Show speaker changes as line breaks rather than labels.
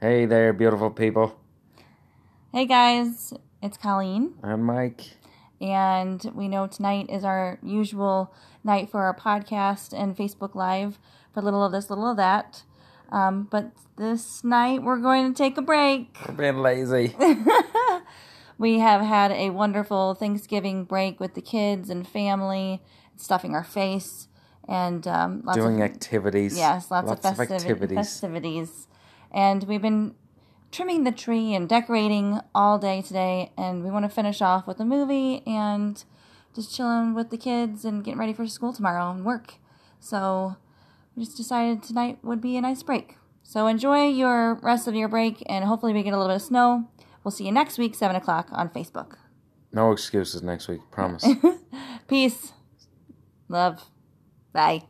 Hey there, beautiful people.
Hey guys, it's Colleen,
I'm Mike.
and we know tonight is our usual night for our podcast and Facebook Live for little of this, little of that. Um, but this night we're going to take a break.
We're being lazy.
We have had a wonderful Thanksgiving break with the kids and family, stuffing our face and um, lots
Doing
of,
activities.
Yes, lots, of,
of
festivi-
activities.
festivities. And we've been trimming the tree and decorating all day today, and we want to finish off with a movie and just chilling with the kids and getting ready for school tomorrow and work. So we just decided tonight would be a nice break. So enjoy your rest of your break, and hopefully we get a little bit of snow. We'll see you next week, 7 o'clock on Facebook.
No excuses next week, promise.
Peace. Love. Bye.